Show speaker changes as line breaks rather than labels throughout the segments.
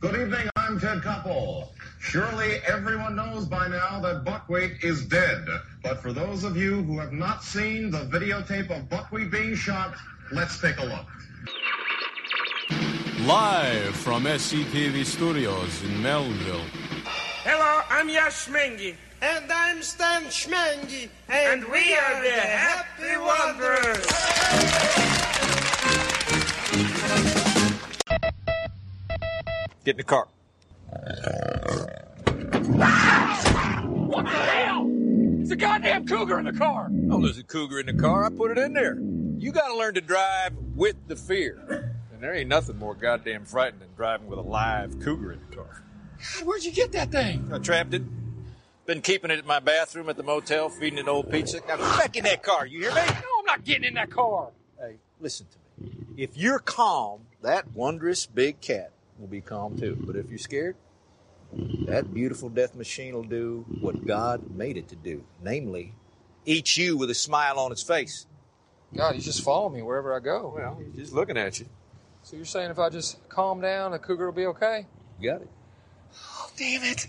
Good evening, I'm Ted Koppel. Surely everyone knows by now that Buckwheat is dead. But for those of you who have not seen the videotape of Buckwheat being shot, let's take a look.
Live from SCTV Studios in Melville.
Hello, I'm Yash Mengi,
And I'm Stan Schmengi.
and we are the Happy Wanderers.
Get in the car.
It's a goddamn cougar in the car.
Oh, there's a cougar in the car. I put it in there. You got to learn to drive with the fear. And there ain't nothing more goddamn frightening than driving with a live cougar in the car.
God, where'd you get that thing?
I trapped it. Been keeping it in my bathroom at the motel, feeding it old pizza. Now get back in that car. You hear me?
No, I'm not getting in that car.
Hey, listen to me. If you're calm, that wondrous big cat will be calm too. But if you're scared, that beautiful death machine will do what God made it to do, namely, eat you with a smile on its face.
God, he's just following me wherever I go.
Well, he's just looking at you.
So you're saying if I just calm down, the cougar will be okay?
You got it.
Oh, damn it.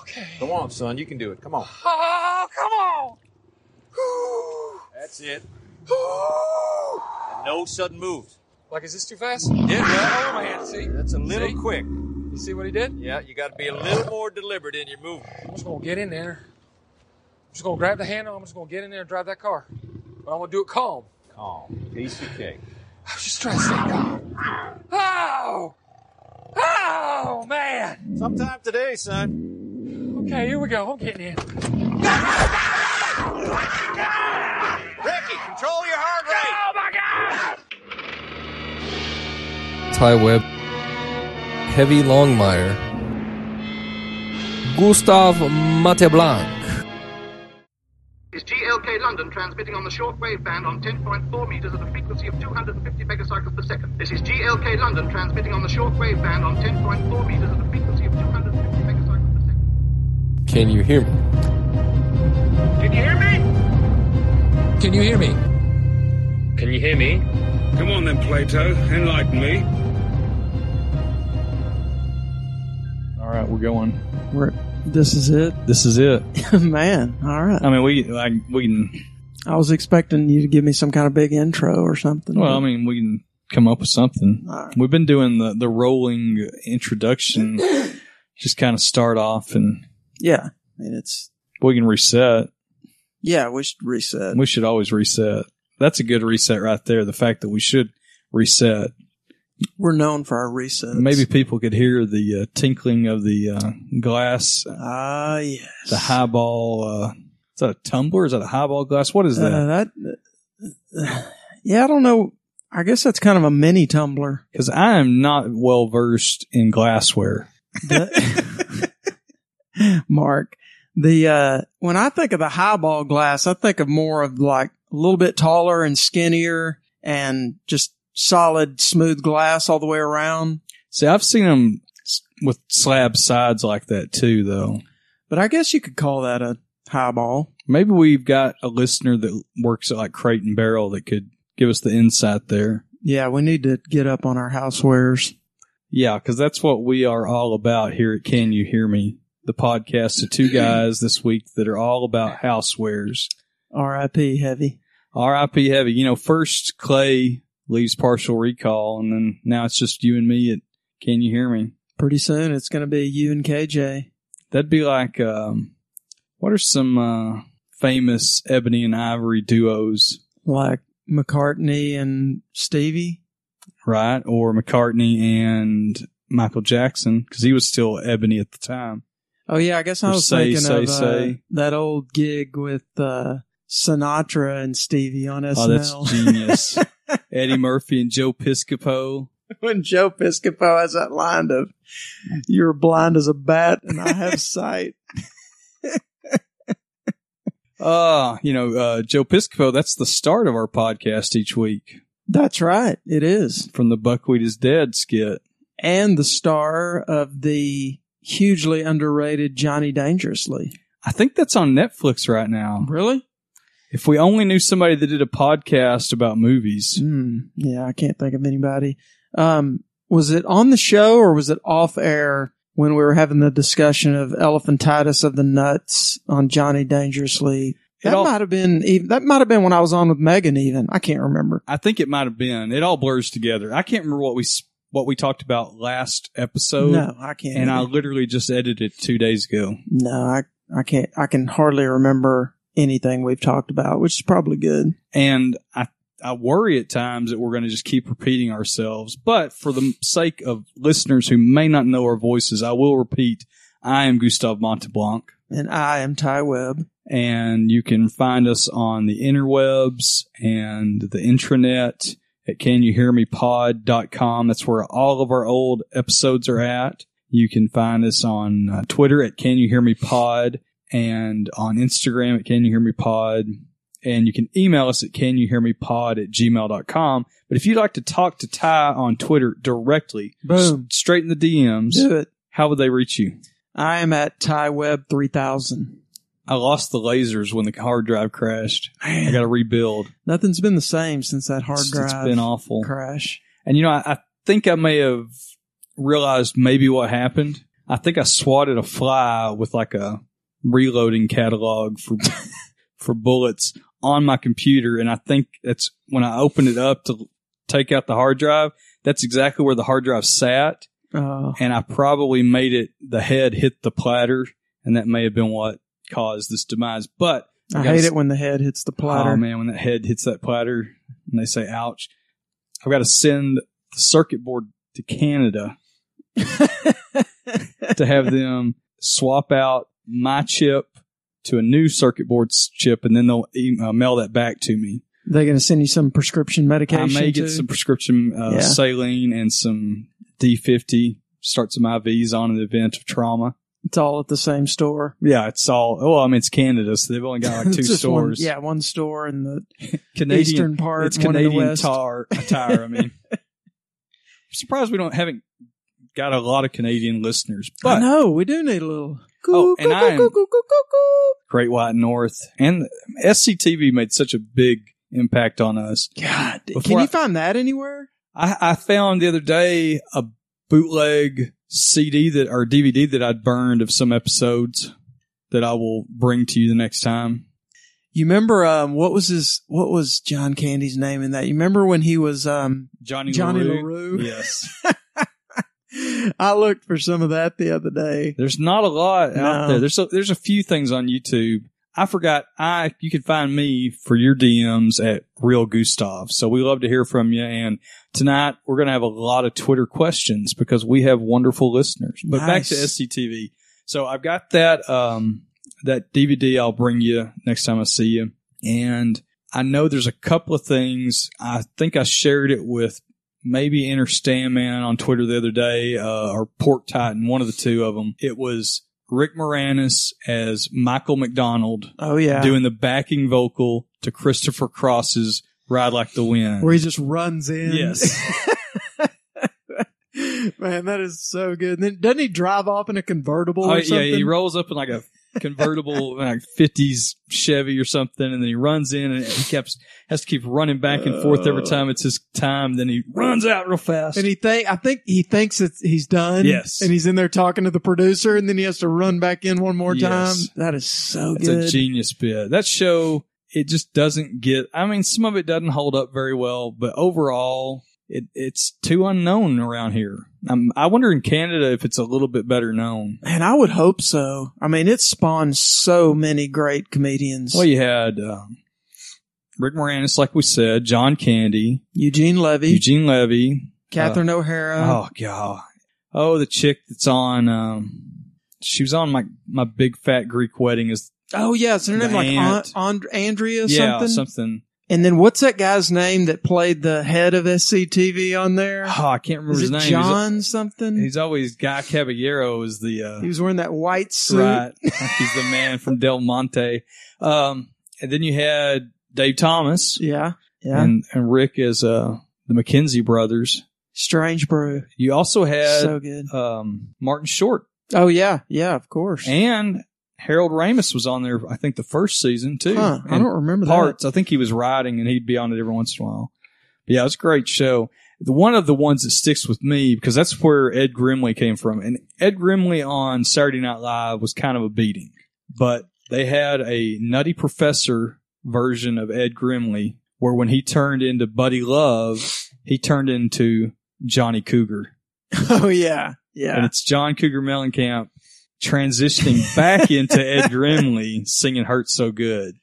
Okay.
Come on, son. You can do it. Come on.
Oh, come on. Whew.
That's it.
Whew.
No sudden moves.
Like, is this too fast?
Yeah,
Oh,
well,
man, see?
that's a little
See?
quick.
You see what he did?
Yeah, you got to be a little more deliberate in your movement.
I'm just going to get in there. I'm just going to grab the handle. I'm just going to get in there and drive that car. But I'm going to do it calm.
Calm. Piece of cake.
I was just trying to stay calm. Oh! Oh, man!
Sometime today, son.
Okay, here we go. I'm getting in.
Ricky, control your heart rate.
Ty Webb, Heavy Longmire, Gustav Mateblanc,
is GLK London transmitting on the shortwave band on 10.4 meters at a frequency of 250 megacycles per second. This is GLK London transmitting on the shortwave band on 10.4 meters at a frequency of 250 megacycles per second.
Can you hear me?
Did you hear me?
Can you hear me?
Can you hear me?
Come on then, Plato, enlighten me.
All right, we're going.
We're, this is it,
This is it.
man. All right.
I mean, we like we can.
I was expecting you to give me some kind of big intro or something.
Well, I mean, we can come up with something.
All right.
We've been doing the the rolling introduction, just kind of start off, and
yeah. I mean, it's
we can reset.
yeah. We should reset.
We should always reset. That's a good reset right there. The fact that we should reset.
We're known for our resets.
Maybe people could hear the uh, tinkling of the uh, glass,
Ah, yes.
the highball. Uh, is that a tumbler? Is that a highball glass? What is that?
Uh, that. yeah, I don't know. I guess that's kind of a mini tumbler.
Because I am not well versed in glassware.
The- Mark, the uh, when I think of the highball glass, I think of more of like a little bit taller and skinnier, and just solid, smooth glass all the way around.
See, I've seen them with slab sides like that too, though.
But I guess you could call that a highball.
Maybe we've got a listener that works at like Crate and Barrel that could give us the insight there.
Yeah, we need to get up on our housewares.
Yeah, because that's what we are all about here at Can You Hear Me, the podcast of two guys this week that are all about housewares.
R.I.P. Heavy.
R.I.P. Heavy. You know, first Clay leaves Partial Recall, and then now it's just you and me at Can You Hear Me.
Pretty soon it's going to be you and KJ.
That'd be like, um, what are some uh, famous ebony and ivory duos?
Like McCartney and Stevie.
right? Or McCartney and Michael Jackson because he was still Ebony at the time.
Oh, yeah, I guess I
Or
was
Say,
thinking
Say,
of uh,
Say.
that old gig with uh, Sinatra and Stevie on SNL.
Oh, that's genius. Eddie Murphy and Joe Piscopo.
when Joe Piscopo has that line of, you're blind as a bat and I have sight.
Uh, you know, uh, Joe Piscopo, that's the start of our podcast each week
That's right. It is.
from the Buckwheat is Dead skit.
And the star of the hugely underrated Johnny Dangerously.
I think that's on Netflix right now.
Really?
If we only knew
Hmm.
somebody that did a podcast about movies,
Mm, yeah, I can't think of anybody. Um, was it on the show or was it off air when we were having the discussion of elephantitis of the nuts on Johnny Dangerously? That
all-
might have been even, that might have been when I was on with Megan. Even I can't remember.
I think it might have been. It all blurs together. I can't remember what we s- what we talked about last episode.
No, I can't
And I
either.
literally just edited it two days ago.
No, I I can't. I can hardly remember anything we've talked about, which is probably good.
And I I worry at times that we're going to just keep repeating ourselves. But for the sake of listeners who may not know our voices, I will repeat. I am Gustav Monteblanc.
And I am Ty Webb.
And you can find us on the interwebs and the intranet at canyouhearmepod.com. That's where all of our old episodes are at. You can find us on uh, Twitter at Can You Hear Me Pod and on Instagram at Can You Hear Me Pod. And you can email us at Can You Hear Me Pod at gmail.com. But if you'd like to talk to Ty on Twitter directly,
Boom.
s- straight in the DMs,
Do it.
how would they reach you?
I am at Ty Webb three thousand.
I lost the lasers when the hard drive crashed. I got to rebuild.
Nothing's been the same since that hard
It's-
drive.
it's been awful.
crash.
And you know, I, I think I may have realized maybe what happened. I think I swatted a fly with like a reloading catalog for for bullets on my computer, and I think that's when I opened it up to take out the hard drive. That's exactly where the hard drive sat,
Oh,
and I probably made it. The head hit the platter, and that may have been what caused this demise. But
I
gotta
hate it when the head hits the platter.
Oh man, when that head hits that platter and they say "ouch," I've got to send the circuit board to Canada to have them swap out my chip to a new circuit board s- chip, and then they'll e- uh, mail that back to me.
They're going to send you some prescription
I
medication.
may get
too?
some prescription uh,
Yeah.
saline and some D fifty. Start some IVs on in the event of trauma.
It's all at the same store.
Yeah, it's all. Oh, I mean, it's Canada, so they've only got like two
It's just one-
stores.
yeah, one store in the
Canadian,
eastern part.
It's
one in the
Canadian
west.
tar attire. I mean, I'm surprised we don't haven't got a lot of Canadian listeners,
I
but
know we do need a little.
Oh, and I am- Great White North and SCTV made such a big impact on us.
God,
Before
can
I-
you find that anywhere?
I, I found the other day a bootleg CD that or DVD that I'd burned of some episodes that I will bring to you the next time.
You remember um, what was his? What was John Candy's name in that? You remember when he was um,
Johnny
Johnny
LaRue.
LaRue.
Yes.
I looked for some of that the other day.
There's not a lot out
No.
there. There's a, there's a few things on YouTube. I forgot. I you can find me for your DMs at Real Gustav. So we love to hear from you. And tonight we're going to have a lot of Twitter questions because we have wonderful listeners. But back to
Nice.
SCTV. So I've got that um that DVD. I'll bring you next time I see you. And I know there's a couple of things. I think I shared it with maybe Inner Sandman on Twitter the other day, uh, or Pork Titan, one of the two of them. It was Rick Moranis as Michael McDonald
Oh yeah,
doing the backing vocal to Christopher Cross's "Ride Like the Wind."
where he just runs in.
yes,
man, that is so good. And then doesn't he drive off in a convertible?
oh,
or
yeah,
something?
he rolls up in like a convertible, like '50s Chevy or something, and then he runs in, and he keeps has to keep running back and forth every time it's his time. Then he runs out real fast.
Uh. And he think I think he thinks that he's done.
Yes.
And he's in there talking to the producer and then he has to run back in one more
Yes.
time. That is so
It's
good.
a genius bit. That show, it just doesn't get. I mean, some of it doesn't hold up very well, but overall, it, it's too unknown around here. Um, I wonder in Canada if it's a little bit better known.
and I would hope so. I mean, it spawned so many great comedians.
Well, you had um, Rick Moranis, like we said, John Candy,
Eugene Levy,
Eugene Levy.
Catherine O'Hara.
oh god. Oh, the chick that's on. Um, she was on my my big fat Greek wedding. Is
Oh, yeah. Is her
The
name like
aunt.
aunt. And- Andrea
yeah
something?
something.
And then what's that guy's name that played the head of SCTV on there?
Oh, I can't remember
Is
his
it
name. He's-
John something?
He's always Guy Caballero is the uh,
he was wearing that white suit.
right. He's the man from Del Monte. Um, and then you had Dave Thomas
Yeah. Yeah.
and and Rick as uh, the McKenzie brothers.
Strange Brew.
You also had
So good.
um, Martin Short
Oh yeah, yeah, of course.
and Harold Ramis was on there. I think the first season too.
Huh, I
And
don't remember that.
parts. I think he was riding and he'd be on it every once in a while. But yeah, it's a great show. the one of the ones that sticks with me because that's where Ed Grimley came from. And Ed Grimley on Saturday Night Live was kind of a beating, but they had a nutty professor version of Ed Grimley where when he turned into Buddy Love, he turned into Johnny Cougar.
Oh yeah, yeah.
And it's John Cougar Mellencamp transitioning back into Ed Grimley singing "Hurt So Good."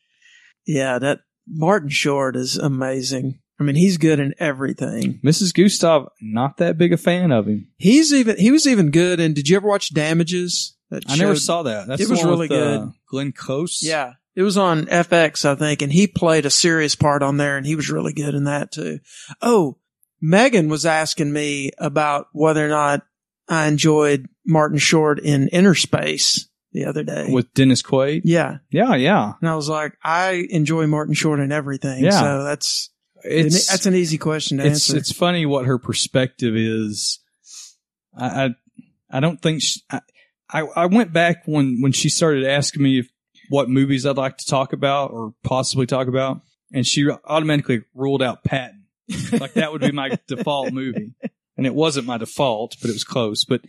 Yeah, that Martin Short is amazing. I mean, he's good in everything.
Mrs. Gustav, not that big a fan of him.
He's even he was even good. And did you ever watch Damages? That
I never saw that. That's
it was really good.
Uh, Glenn Close.
Yeah, it was on FX, I think, and he played a serious part on there, and he was really good in that too. Oh, Megan was asking me about whether or not I enjoyed Martin Short in Inner Space the other day
with Dennis Quaid.
Yeah,
yeah, yeah.
and I was like, I enjoy Martin Short in everything.
Yeah.
so that's
It's
that's an easy question to
it's
answer.
it's funny what her perspective is. I I, I don't think she, I, I I went back when when she started asking me if, what movies I'd like to talk about or possibly talk about, and she automatically ruled out Patton. Like that would be my default movie, and it wasn't my default, but it was close. But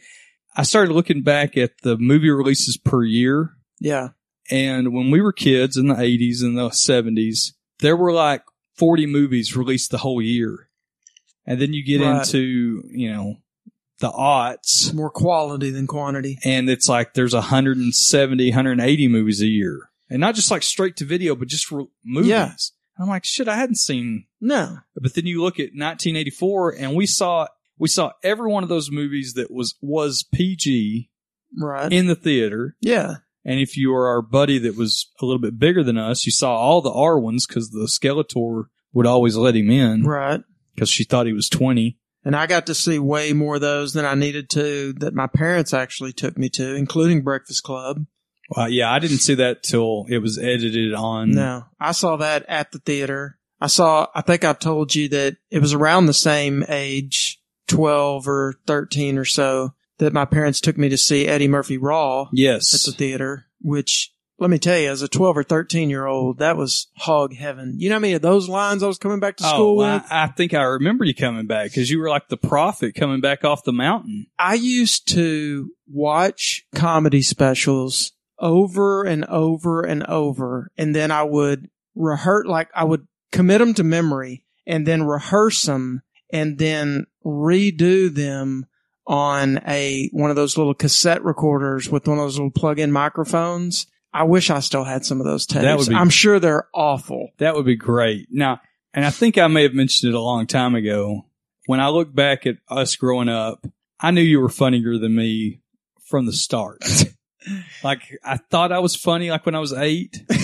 I started looking back at the movie releases per year
yeah,
and when we were kids in the 80s and the 70s, there were like 40 movies released the whole year. And then you get
Right.
into, you know, the aughts,
more quality than quantity.
and it's like there's 170, 180 movies a year. And not just like straight to video, but just re- movies.
Yeah.
I'm like, shit, I hadn't seen.
No,
But then you look at 1984, and we saw we saw every one of those movies that was was PG
right?
in the theater.
yeah,
And if you were our buddy that was a little bit bigger than us, you saw all the R ones because the Skeletor would always let him in
right.
because she thought he was 20.
And I got to see way more of those than I needed to that my parents actually took me to, including Breakfast Club.
Well, Uh, yeah, I didn't see that till it was edited on.
No, I saw that at the theater. I saw, I think I told you that it was around the same age, 12 or 13 or so, that my parents took me to see Eddie Murphy Raw at
Yes.
the theater, which let me tell you, as a 12 or 13 year old, that was hog heaven. You know how many of those lines I was coming back to school
oh, I,
with?
I think I remember you coming back because you were like the prophet coming back off the mountain.
I used to watch comedy specials over and over and over, and then I would rehearse, like I would commit them to memory and then rehearse them and then redo them on a one of those little cassette recorders with one of those little plug-in microphones. I wish I still had some of those tapes.
That would be-
I'm sure they're awful.
That would be great. Now, and I think I may have mentioned it a long time ago. When I look back at us growing up, I knew you were funnier than me from the start. like I thought I was funny like when I was eight.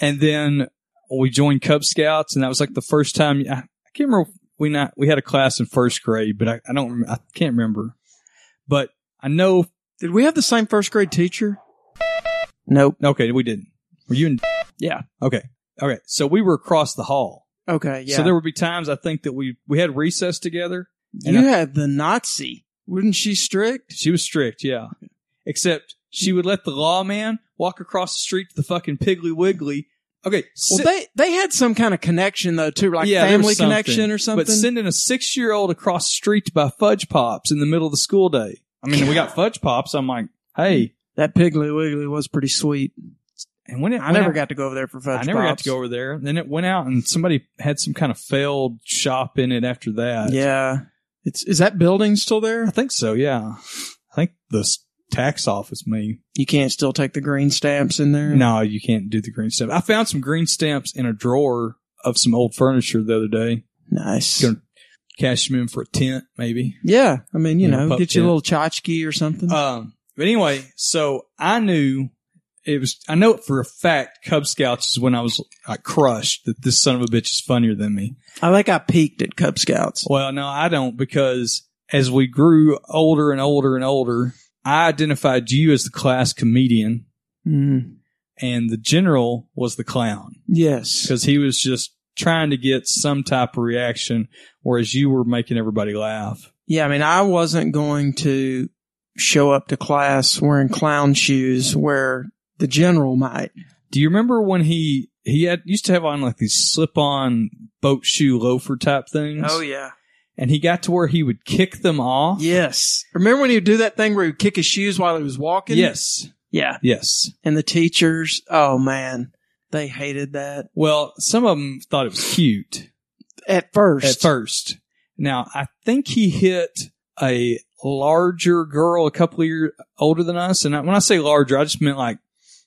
and then we joined Cub Scouts and that was like the first time I, I can't remember if we not we had a class in first grade, but I, I don't rem- I can't remember. But I know
Did we have the same first grade teacher? Nope.
okay, we didn't. Were you in
Yeah.
Okay. Okay. So we were across the hall.
Okay. Yeah.
So there would be times I think that we we had recess together. and
you
I-
had the Nazi. Wasn't she strict?
She was strict, yeah. Except she would let the lawman walk across the street to the fucking Piggly Wiggly. Okay,
Well,
si-
they they had some kind of connection though too, like
yeah, there
family
was something.
connection or something.
But sending a six year old across the street to buy fudge pops in the middle of the school day. I mean, we got fudge pops. I'm like, hey,
that Piggly Wiggly was pretty sweet.
and when it,
I
when
never got to go over there for fudge.
I never got
Pops.
to go over there. Then it went out, and somebody had some kind of failed shop in it after that.
Yeah, it's is that building still
I
there?
think so. Yeah, I think the s- tax office may
You can't still take the green stamps in there.
No, you can't do the green stamp. I found some green stamps in a drawer of some old furniture the other day.
nice.
Gonna cash them in for a tent, maybe.
yeah, I mean you
You know,
know,
pup
get you a
tent.
little tchotchke or something.
Um, but anyway, so I knew it was. I know for a fact Cub Scouts is when I was like crushed that this son of a bitch is funnier than me.
I think I peaked at Cub Scouts.
Well, no, I don't because as we grew older and older and older, I identified you as the class comedian,
Mm,
and the general was the clown.
yes.
because he was just trying to get some type of reaction, whereas you were making everybody laugh.
Yeah, I mean, I wasn't going to show up to class wearing clown shoes where the general might.
Do you remember when he he had used to have on like these slip-on boat shoe loafer type things.
Oh yeah.
And he got to where he would kick them off.
Yes. Remember when he would do that thing where he would kick his shoes while he was walking?
Yes.
Yeah.
Yes.
And the teachers, oh man, they hated that.
Well, some of them thought it was cute
at first.
at first. Now, I think he hit a larger girl a couple of years older than us. And I- when I say larger, I just meant like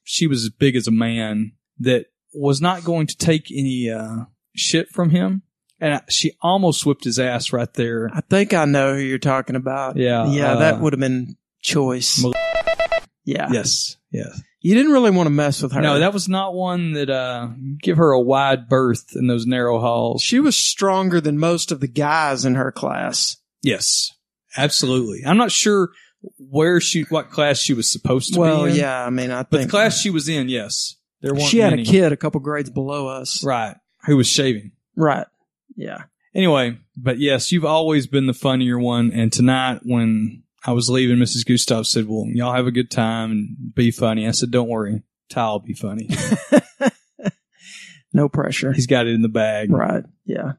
she was as big as a man that was not going to take any uh, shit from him. And I, she almost whipped his ass right there.
I think I know who you're talking about.
Yeah,
Yeah,
uh,
that would have been choice.
Mal-
yeah.
Yes. Yes.
You didn't really want to mess with her.
No, that was not one that uh, give her a wide berth in those narrow halls.
she was stronger than most of the guys in her class.
Yes, absolutely. I'm not sure where she, what class she was supposed to
Well,
be. in,
yeah, I mean, I
but the
think
class she was in, yes, there weren't.
she had
many.
a kid a couple grades below us.
right? Who was shaving?
Right. Yeah.
Anyway, but yes, you've always been the funnier one. And tonight, when I was leaving, Mrs. Gustav said, "Well, y'all have a good time and be funny." I said, "Don't worry, Ty'll be funny.
No pressure.
He's got it in the bag."
Right. Yeah.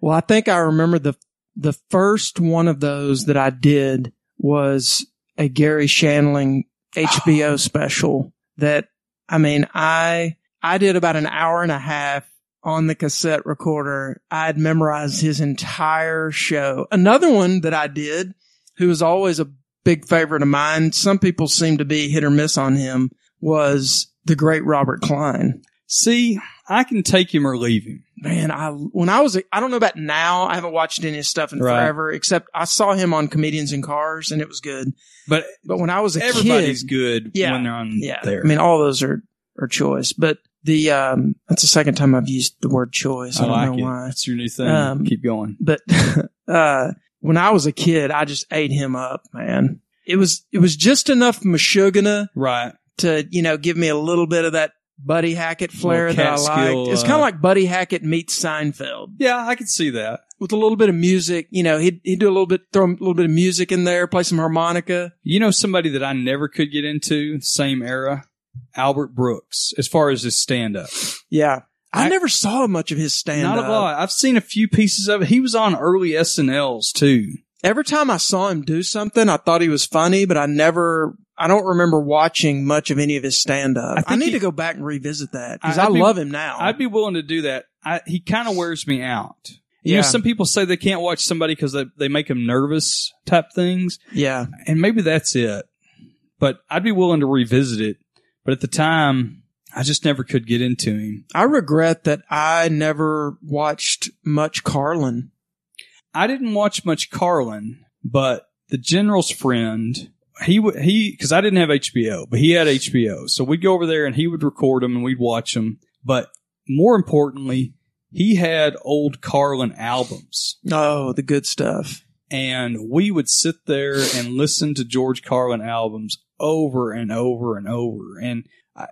Well, I think I remember the the first one of those that I did was a Gary Shandling HBO special that I mean, I I did about an hour and a half on the cassette recorder. I had memorized his entire show. Another one that I did, who was always a big favorite of mine, some people seem to be hit or miss on him, was the great Robert Klein
See, I can take him or leave him.
man, I when I was a- I don't know about now. I haven't watched any of his stuff in
Right.
forever, except I saw him on Comedians in Cars, and it was good.
But
But when I was a
everybody's
kid,
good
Yeah.
when they're on
yeah,
there.
I mean, all those are are choice. But the um, that's the second time I've used the word choice.
I,
I, don't
like
know
it.
why.
It's your new thing.
Um,
Keep going.
But uh, when I was a kid, I just ate him up, man. It was it was just enough mashugana
Right.
to you know give me a little bit of that Buddy Hackett flair that I
Catskill,
liked. It's
uh,
kind of like Buddy Hackett meets Seinfeld.
Yeah, I could see that.
with a little bit of music. You know, he'd, he'd do a little bit, throw a little bit of music in there, play some harmonica.
You know somebody that I never could get into, same era, Albert Brooks, as far as his stand up.
Yeah. I,
I-
never saw much of his stand
Not
up.
a lot. I've seen a few pieces of it. He was on early SNLs too.
Every time I saw him do something, I thought he was funny, but I never, I don't remember watching much of any of his stand up.
I
I,
think
need
he-
to go back and revisit that because
I-
I,
I'd be-
love him now.
I'd be willing to do that. I, he kind of wears me out. You
Yeah.
know, some people say they can't watch somebody because they, they make them nervous type things.
yeah.
and maybe that's it. But I'd be willing to revisit it. But at the time, I just never could get into him.
I regret that I never watched much Carlin.
I didn't watch much Carlin, but the general's friend, he would he because I didn't have HBO, but he had HBO, so we'd go over there and he would record them and we'd watch them. But more importantly, he had old Carlin albums.
Oh, the good stuff.
and we would sit there and listen to George Carlin albums over and over and over. And I,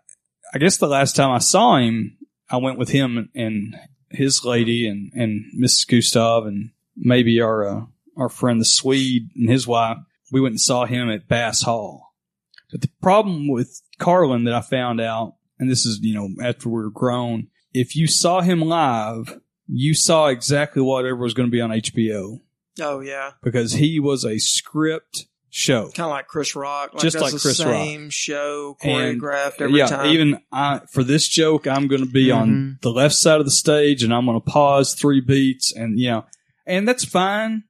I guess the last time I saw him, I went with him and his lady and, and Mrs. Gustav and maybe our uh, our friend the Swede and his wife. We went and saw him at Bass Hall. But the problem with Carlin that I found out, and this is you know after we were grown, if you saw him live, you saw exactly whatever was going to be on HBO
Oh, yeah.
because he was a script show.
Kind of like Chris Rock.
Just
does
like
the
Chris Rock.
same show,
And-
choreographed every
yeah,
time. Mm-hmm.
even I, for this joke, I'm going to be on the left side of the stage and I'm going to pause three beats and you know, and that's fine.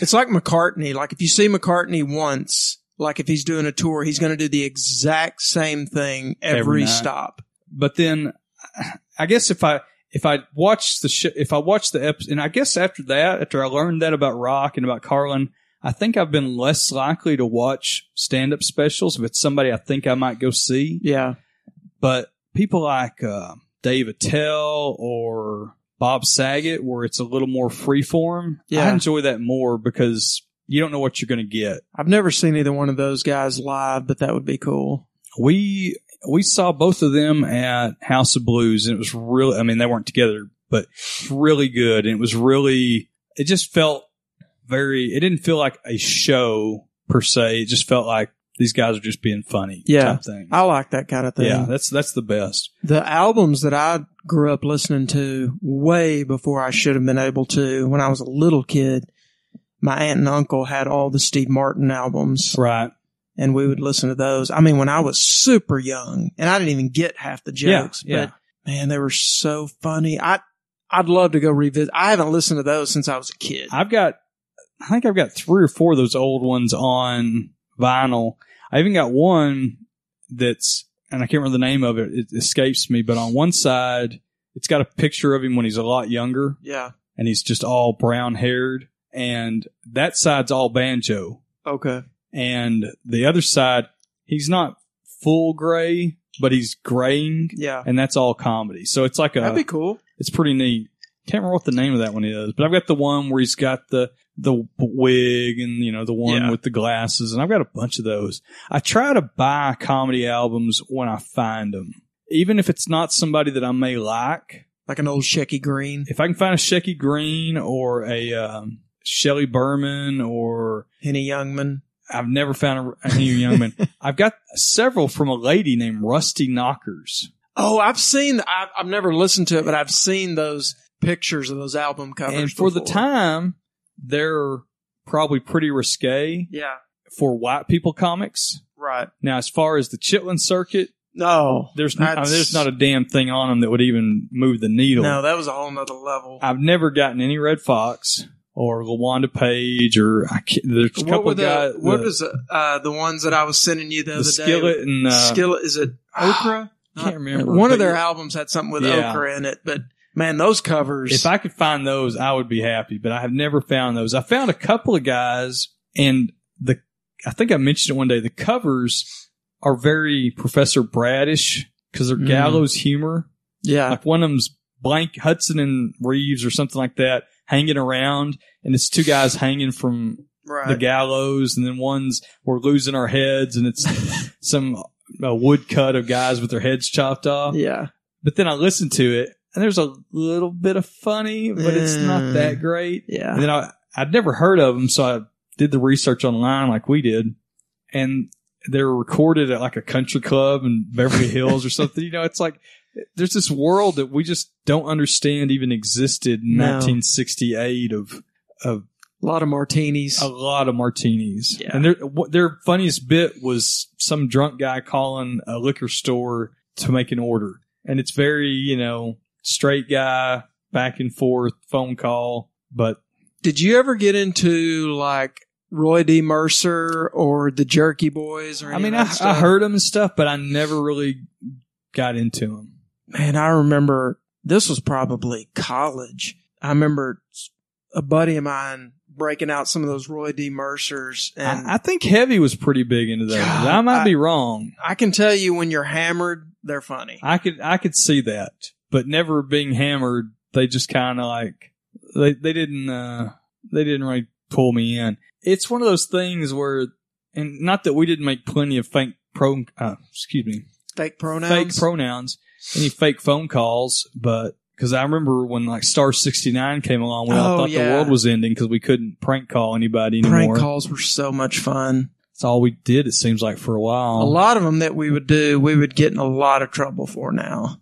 It's like McCartney. Like if you see McCartney once, like if he's doing a tour, he's going to do the exact same thing every,
Every night.
stop.
But then, I guess if I if I watch the sh- if I watch the episode, and I guess after that, after I learned that about rock and about Carlin. I think I've been less likely to watch stand up specials if it's somebody I think I might go see.
Yeah.
but people like uh, Dave Attell or Bob Saget, where it's a little more freeform,
Yeah.
I enjoy that more because you don't know what you're going to get.
I've never seen either one of those guys live, but that would be cool.
We we saw both of them at House of Blues, and it was really. I mean, they weren't together, but it's really good, and it was really. It just felt very. It didn't feel like a show per se. It just felt like these guys are just being funny.
Yeah.
type thing.
I like that kind of thing.
Yeah, that's that's the best.
the albums that I grew up listening to way before I should have been able to when I was a little kid, my aunt and uncle had all the Steve Martin albums.
Right.
And we would listen to those. I mean, when I was super young and I didn't even get half the
Yeah,
jokes,
yeah.
but man, they were so funny. I, I'd love to go revisit. I haven't listened to those since I was a kid.
I've got, I think I've got three or four of those old ones on vinyl. I even got one that's, and I can't remember the name of it. It escapes me, but on one side, it's got a picture of him when he's a lot younger
Yeah.
and he's just all brown haired. And that side's all banjo.
Okay.
And the other side, he's not full gray, but he's graying.
Yeah.
And that's all comedy. So it's like a,
That'd be cool.
it's pretty neat. Can't remember what the name of that one is, but I've got the one where he's got the the wig and you know the one
Yeah.
with the glasses, and I've got a bunch of those. I try to buy comedy albums when I find them, even if it's not somebody that I may like.
Like an old Shecky Green,
If I can find a Shecky Green or a um, Shelly Berman or
Henny Youngman.
I've never found a, a Henry Youngman. I've got several from a lady named Rusty Knockers.
Oh, I've seen, I've, I've never listened to it, but I've seen those pictures of those album covers.
and for the
before.
time, they're probably pretty risque
Yeah.
for white people comics.
Right.
Now, as far as the Chitlin circuit,
No,
there's n- I mean,
that's-
there's not a damn thing on them that would even move the needle.
No, that was a whole nother level.
I've never gotten any Red Fox or LaWanda Page or I can't, there's a
what
couple
were
of
the
guys.
what
the,
was the, uh, the ones that I was sending you the,
the
other
skillet
day?
and uh, Ah,
skillet is it okra?
can't remember,
One of
but-
their albums had something with
Yeah.
okra in it, but man, those covers.
If I could find those, I would be happy, but I have never found those. I found a couple of guys and the I think I mentioned it one day, the covers are very Professor Bradish because they're
Mm.
gallows humor.
yeah,
Like one of them's blank Hudson and Reeves or something like that hanging around and it's two guys hanging from
right.
the gallows and then one's we're losing our heads and it's some uh woodcut of guys with their heads chopped off.
yeah,
But then I listened to it, and there's a little bit of funny, but it's
Mm.
not that great.
yeah.
And then I, I'd never heard of them, so I did the research online like we did, and they're recorded at like a country club in Beverly Hills or something. You know, it's like there's this world that we just don't understand even existed in
No.
1968 of of
A lot of martinis.
a lot of martinis.
Yeah.
And their what- their funniest bit was some drunk guy calling a liquor store to make an order, and it's very you know straight guy back and forth phone call, but
Did you ever get into like Roy D. Mercer or the Jerky Boys? Or
I
any
mean
of
I,
that
I
stuff?
heard them and stuff, but I never really got into them.
man, I remember this was probably college. I remember a buddy of mine breaking out some of those Roy D. Mercers, and
I, I
I,
think Heavy was pretty big into those.
God,
I might
I-
be wrong.
can tell you when you're hammered, they're funny.
I could I could see that, but never being hammered, they just kind of like they they didn't uh, they didn't really pull me in. It's one of those things where, and not that we didn't make plenty of fake pro uh, excuse me
Fake pronouns.
fake pronouns, any fake phone calls, but because I remember when like Star sixty nine came along, we all
Oh,
thought
yeah.
the world was ending because we couldn't prank call anybody anymore.
Prank calls were so much fun.
That's all we did. It seems like for a while.
A lot of them that we would do, we would get in a lot of trouble for now.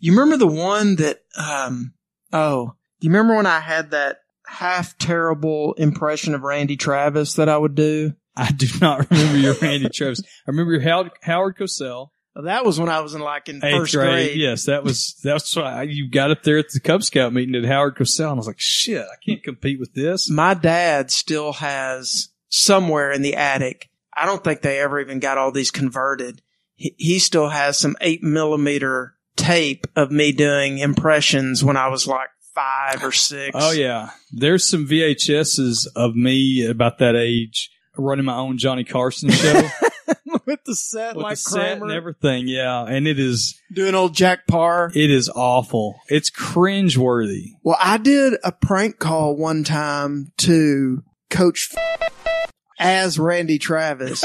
You remember the one that, um, oh, do you remember when I had that half terrible impression of Randy Travis that I would do?
I do not remember your Randy Travis. I remember your Howard, Howard Cosell.
That was when I was in like in
eighth
first
grade.
grade.
Yes, that was that's why you got up there at the Cub Scout meeting at Howard Cosell, and I was like, shit, I can't compete with this.
My dad still has somewhere in the attic. I don't think they ever even got all these converted. He, he still has some eight millimeter tape of me doing impressions when I was like five or six.
Oh yeah, there's some VHSs of me about that age running my own Johnny Carson show
with the set
with
like
the set
Kramer
and everything. Yeah, and it is
doing old Jack Parr.
it is awful. It's cringeworthy.
Well, I did a prank call one time to Coach F- as Randy Travis.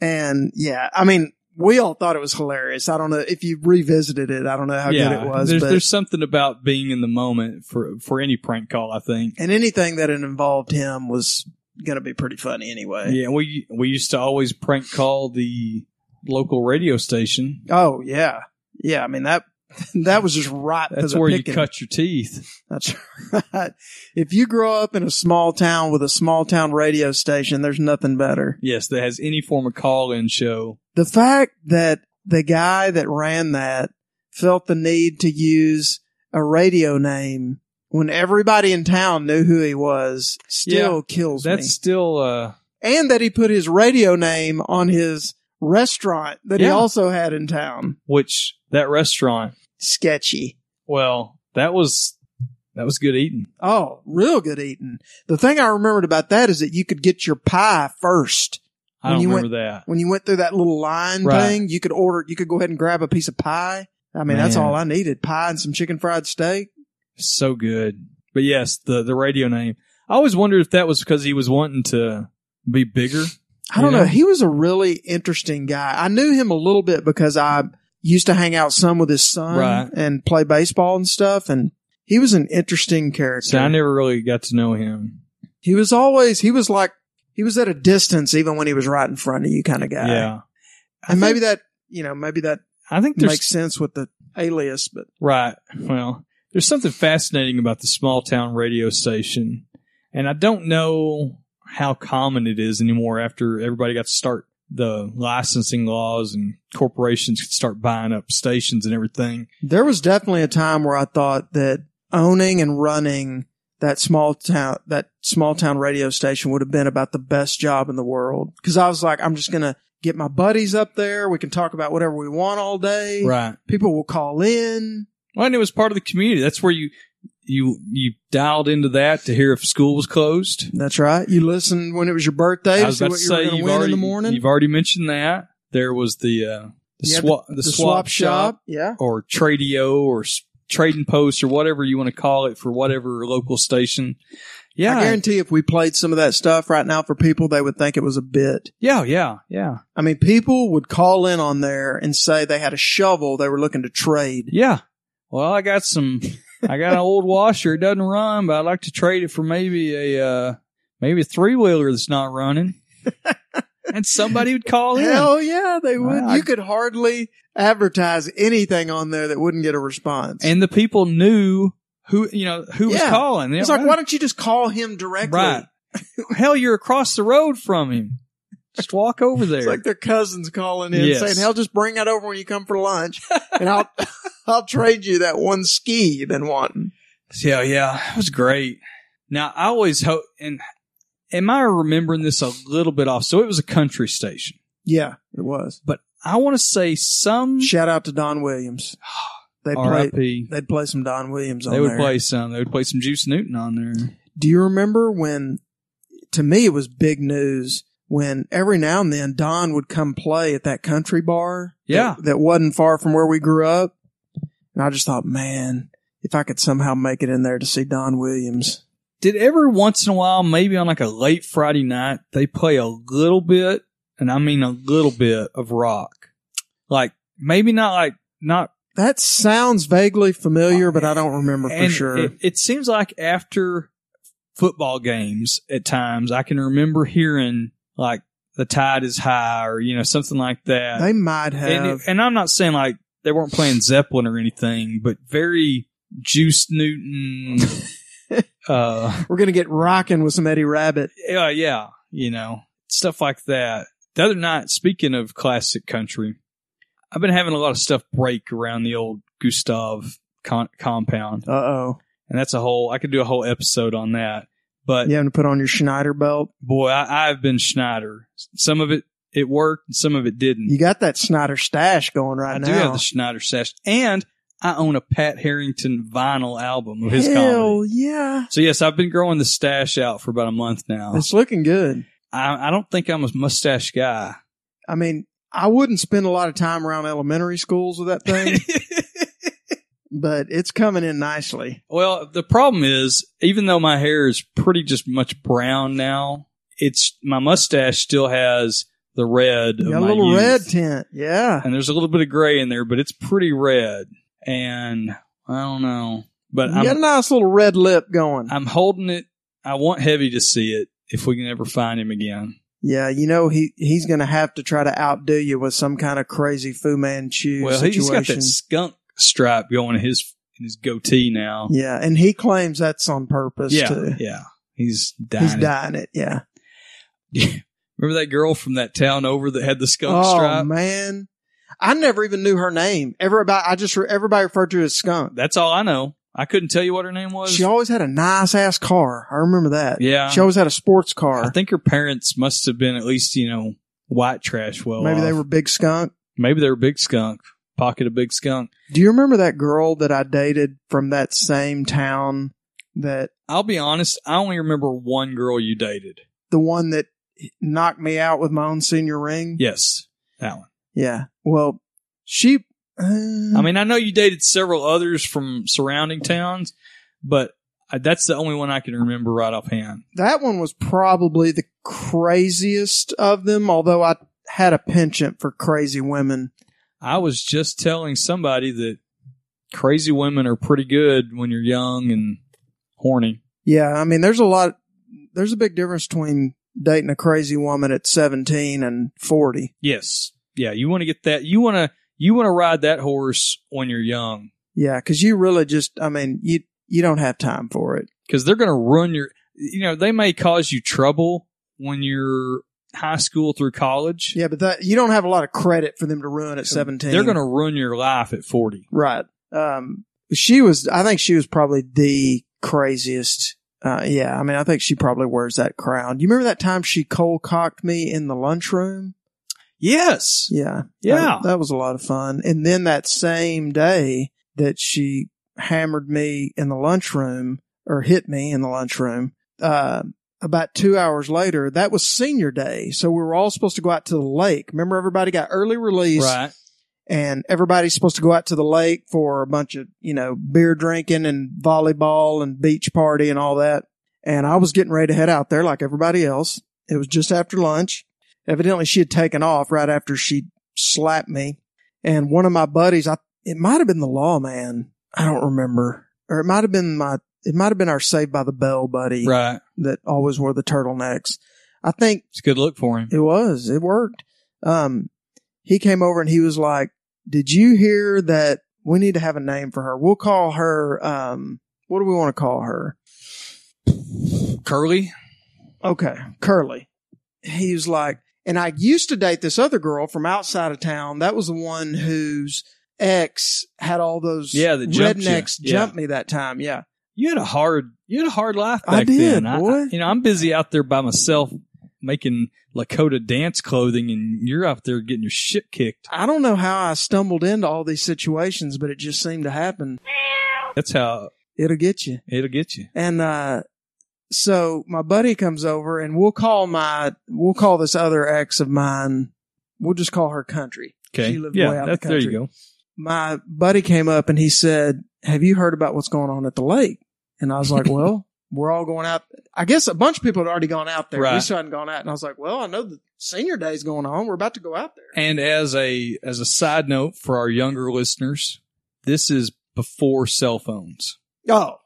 and yeah, I mean, we all thought it was hilarious. I don't know if you revisited it. I don't know how good it was,
there's,
but
there's something about being in the moment for for any prank call. I think
and anything that it involved him was going to be pretty funny anyway.
Yeah, we we used to always prank call the local radio station.
Oh yeah, yeah. I mean that that was just right.
That's where you cut your teeth.
That's right. If you grow up in a small town with a small town radio station, there's nothing better.
Yes, that has any form of call in show.
The fact that the guy that ran that felt the need to use a radio name when everybody in town knew who he was still
Yeah,
kills
That's
me.
still uh
and that he put his radio name on his restaurant that he
Yeah.
also had in town.
which that restaurant.
Sketchy.
Well, that was that was good eating.
Oh, real good eating. The thing I remembered about that is that you could get your pie first.
I don't
you
remember
went,
that.
When you went through that little line
Right.
thing, you could order, you could go ahead and grab a piece of pie. I mean, that's
Man.
all I needed. Pie and some chicken fried steak.
So good. But yes, the the radio name. I always wondered if that was because he was wanting to be bigger.
I don't
You
know.
know?
He was a really interesting guy. I knew him a little bit because I used to hang out some with his son
Right.
and play baseball and stuff. And he was an interesting character.
So I never really got to know him.
he was always, he was like, he was at a distance even when he was right in front of you kind of guy.
Yeah.
And maybe that, you know, maybe that
I think there's
makes sense with the alias, but
Right. Well, there's something fascinating about the small town radio station, and I don't know how common it is anymore after everybody got to start the licensing laws and corporations could start buying up stations and everything.
there was definitely a time where I thought that owning and running that small town, that small town radio station would have been about the best job in the world. Cause I was like, I'm just going to get my buddies up there. We can talk about whatever we want all day.
Right.
People will call in.
Well, and it was part of the community. That's where you you you dialed into that to hear if school was closed.
That's right. You listened when it was your birthday
I
to
was
see
about to
what you were
say
going to
you've
win
already
in the morning.
you've already mentioned that there was the uh, the,
Yeah,
swap, the, swap shop.
Yeah.
or Tradio or s- Trading Post or whatever you want to call it for whatever local station. Yeah.
I guarantee if we played some of that stuff right now for people, they would think it was a bit.
yeah, yeah, yeah.
I mean, people would call in on there and say they had a shovel they were looking to trade.
Yeah. Well, I got some I got an old washer. It doesn't run, but I'd like to trade it for maybe a uh maybe a three wheeler that's not running. and somebody would call in.
Hell yeah, they would.
Oh, Wow.
You could hardly advertise anything on there that wouldn't get a response.
And the people knew who you know who was
Yeah.
calling. They
it's
don't
like,
know.
why don't you just call him directly?
Right. Hell, you're across the road from him. Just walk over there.
It's like their cousins calling in
Yes.
saying, "Hell, just bring that over when you come for lunch, and I'll I'll trade you that one ski you've been wanting."
Yeah, yeah, it was great. Now I always hope, and am I remembering this a little bit off? So it was a country station,
Yeah, it was.
but I want to say some
Shout out to Don Williams. Mm-hmm. They played.
R.I.P.
They'd play some Don Williams on
They would
there.
play some. They would play some Juice Newton on there.
Do you remember when? To me, it was big news when every now and then Don would come play at that country bar. that-
Yeah.
that, wasn't far from where we grew up, and I just thought, man, if I could somehow make it in there to see Don Williams,
Did every once in a while, maybe on like a late Friday night, they play a little bit, and I mean a little bit of rock, like maybe not like not
that sounds vaguely familiar, but I don't remember for
And
sure.
It, it seems like after football games, at times I can remember hearing like the tide is high or you know something like that.
they might
uh, and,
have.
it- and I'm not saying like they weren't playing Zeppelin or anything, but very Juice Newton. uh,
We're gonna get rocking with some Eddie Rabbit.
yeah, yeah, you know stuff like that. The other night, speaking of classic country, I've been having a lot of stuff break around the old Gustav con- compound
Uh oh,
and that's a whole i could do a whole episode on that but
you having to put on your Schneider belt?
boy I, i've been schneider some of it it worked and some of it didn't
You got that Schneider stash going
i
right now.
do have the schneider stash and i own a pat harrington vinyl album of his
Hell
comedy
yeah,
so yes i've been growing the stash out for about a month now
it's looking good.
I, I don't think i'm a mustache guy
I mean, I wouldn't spend a lot of time around elementary schools with that thing, but it's coming in nicely.
well the problem is even though my hair is pretty just much brown now it's my mustache still has the red
You
of
got a
my
little
youth.
red tint. Yeah.
and there's a little bit of gray in there, but it's pretty red. And I don't know, but
You got a
I'm
nice little red lip going.
I'm holding it. I want Heavy to see it. if we can ever find him again.
Yeah, you know he he's going to have to try to outdo you with some kind of crazy Fu Manchu
Well,
situation.
he's got that skunk stripe going in his in his goatee now.
yeah, and he claims that's on purpose
yeah,
too.
yeah. He's dying.
he's dying it. Yeah.
Remember that girl from that town over that had the skunk
oh
stripe?
man, I never even knew her name. Everybody, I just everybody referred to her as Skunk.
That's all I know. I couldn't tell you what her name was.
She always had a nice ass car. I remember that.
Yeah.
she always had a sports car.
I think her parents must have been at least you know white trash. Well,
Maybe they
off.
were big skunk.
Maybe they were big skunk. Pocket a big skunk.
Do you remember that girl that I dated from that same town? That
I'll be honest. I only remember one girl you dated.
the one that knocked me out with my own senior ring.
Yes, that one.
Yeah. Well, she. Uh,
I mean, I know you dated several others from surrounding towns, but I, that's the only one I can remember right offhand.
that one was probably the craziest of them. Although I had a penchant for crazy women.
I was just telling somebody that crazy women are pretty good when you're young and horny.
Yeah, I mean, there's a lot. There's a big difference between dating a crazy woman at 17 and 40.
Yes. Yeah, you want to get that you want to you want to ride that horse when you're young
Yeah, because you really just, I mean, you you don't have time for it.
cuz they're going to run your you know, they may cause you trouble when you're high school through college.
Yeah, but that you don't have a lot of credit for them to ruin at 17.
They're going to ruin your life at 40.
right. Um, she was. I think she was probably the craziest. Uh, yeah, I mean, I think she probably wears that crown. You remember that time she cold cocked me in the lunchroom?
Yes.
Yeah.
Yeah.
That, that was a lot of fun. And then that same day that she hammered me in the lunchroom or hit me in the lunchroom, uh, about two hours later, that was senior day. So we were all supposed to go out to the lake. Remember, everybody got early release
Right.
and everybody's supposed to go out to the lake for a bunch of, you know, beer drinking and volleyball and beach party and all that. And I was getting ready to head out there like everybody else. It was just after lunch. Evidently she had taken off right after she slapped me. And one of my buddies, I, it might have been the lawman. I don't remember. Or it might have been my, it might have been our Saved by the Bell buddy
Right.
that always wore the turtlenecks. I think
It's a good look for him.
it was. It worked. Um, he came over and he was like, "Did you hear that? We need to have a name for her. We'll call her. Um, what do we want to call her?
Curly?
Okay, Curly." He was like, "And I used to date this other girl from outside of town. That was the one whose ex had all those
Yeah, that jumped you.
rednecks
Yeah.
jumped me that time. Yeah,
You had a hard you had a hard life back
I did,
then. I-
boy.
I, you know, I'm busy out there by myself making Lakota dance clothing and you're out there getting your shit kicked.
I don't know how I stumbled into all these situations, but it just seemed to happen.
That's how
It'll get you."
it'll get you.
And uh so my buddy comes over and we'll call my we'll call this other ex of mine we'll just call her country.
Okay.
She lived
yeah,
way out in the
that's- there you
country.
go.
My buddy came up and he said, Have you heard about what's going on at the lake? And I was like, Well, we're all going out I guess a bunch of people had already gone out there. We
Right.
still hadn't gone out. And I was like, Well, I know the senior day's going on. We're about to go out there.
And as a as a side note for our younger listeners, this is before cell phones.
Oh,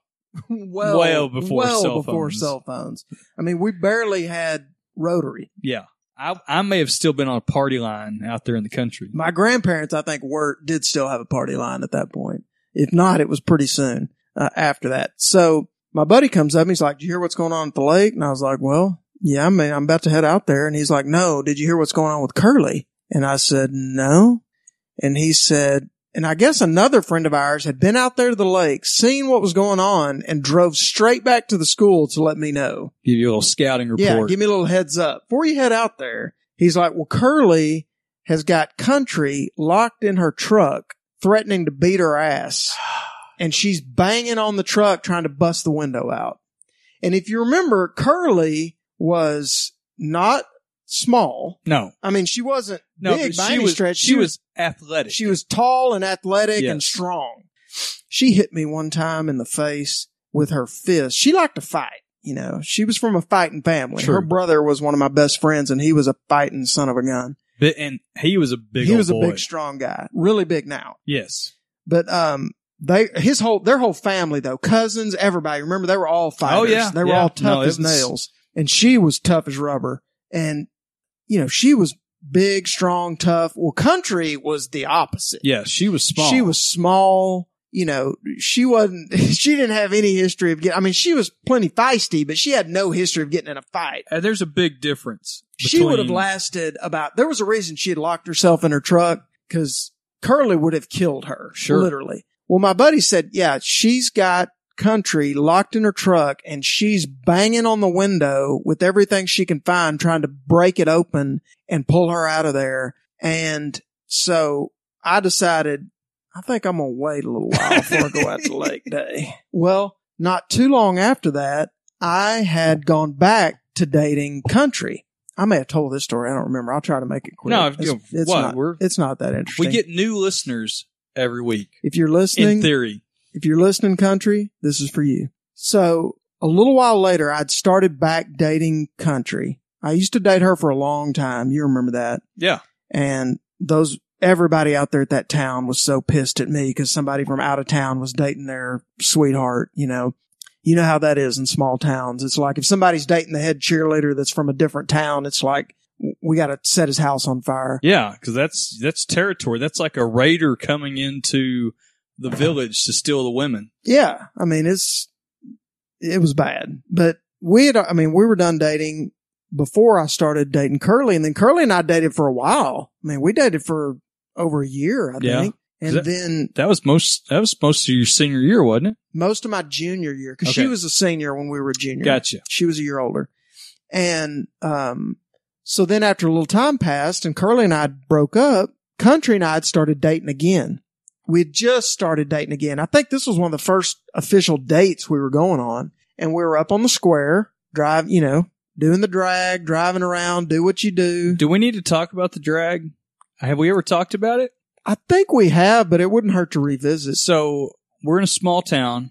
well,
Well before
well
cell
before
phones.
cell phones. I mean, we barely had rotary.
Yeah. I, I may have still been on a party line out there in the country.
My grandparents, I think, were did still have a party line at that point. If not, it was pretty soon uh, after that. So my buddy comes up and he's like, "Do you hear what's going on at the lake?" And I was like, "Well, yeah, I mean, I'm about to head out there." And he's like, "No, did you hear what's going on with Curly?" And I said, "No." And he said, and I guess another friend of ours had been out there to the lake, seen what was going on, and drove straight back to the school to let me know.
Give you a little scouting report.
Yeah, give me a little heads up. Before you head out there, he's like, Well, Curly has got country locked in her truck, threatening to beat her ass. And she's banging on the truck trying to bust the window out. And if you remember, Curly was not small.
no.
I mean, she wasn't
No,
big
but
by
she
any
was
stretch.
she was athletic.
She was tall and athletic and
Yes.
strong. She hit me one time in the face with her fist. She liked to fight. You know, she was from a fighting family.
True.
Her brother was one of my best friends and he was a fighting son of a gun.
But- and he was a big
he
old
was
boy.
a big, strong guy, really big now.
yes.
But, um, they, his whole, their whole family though, cousins, everybody, remember they were all fighters.
Oh, yeah,
They were
yeah.
all tough
No, it
as
was-
nails. and she was tough as rubber. And, you know, she was big, strong, tough. Well, country was the opposite.
Yeah, she was small.
She was small. You know, she wasn't, she didn't have any history of getting, I mean, she was plenty feisty, but she had no history of getting in a fight.
And there's a big difference.
She would have lasted about, there was a reason she had locked herself in her truck because Curly would have killed her.
Sure.
Literally. Well, my buddy said, yeah, she's got country locked in her truck and she's banging on the window with everything she can find, trying to break it open and pull her out of there. And so I decided, I think I'm going to wait a little while before I go out to Lake Day. Well, not too long after that, I had gone back to dating country. I may have told this story. I don't remember. I'll try to make it quick.
No,
it's,
you know,
it's
what?
not.
We're-
it's not that interesting.
We get new listeners every week.
if you're
In
listening,
theory,
if you're listening, country, this is for you. So a little while later, I'd started back dating country. I used to date her for a long time. You remember that.
yeah.
And those, everybody out there at that town was so pissed at me because somebody from out of town was dating their sweetheart, you know. You know how that is in small towns. It's like if somebody's dating the head cheerleader that's from a different town, it's like, w- we got to set his house on fire.
Yeah, because that's that's territory. That's like a raider coming into the village to steal the women.
Yeah. I mean, it's, it was bad, but we had, I mean, we were done dating before I started dating Curly and then Curly and I dated for a while. I mean, we dated for over a year, I
Yeah.
think. And
That-
then
That was most. That was most of your senior year, wasn't it?
most of my junior year because she
Okay.
was a senior when we were junior.
Gotcha.
She was a year older. And, um, so then after a little time passed and Curly and I broke up, Country and I had started dating again. We had just started dating again. I think this was one of the first official dates we were going on. And we were up on the square, drive, you know, doing the drag, driving around, do what you do.
Do we need to talk about the drag? Have we ever talked about it?
I think we have, but it wouldn't hurt to revisit.
So we're in a small town,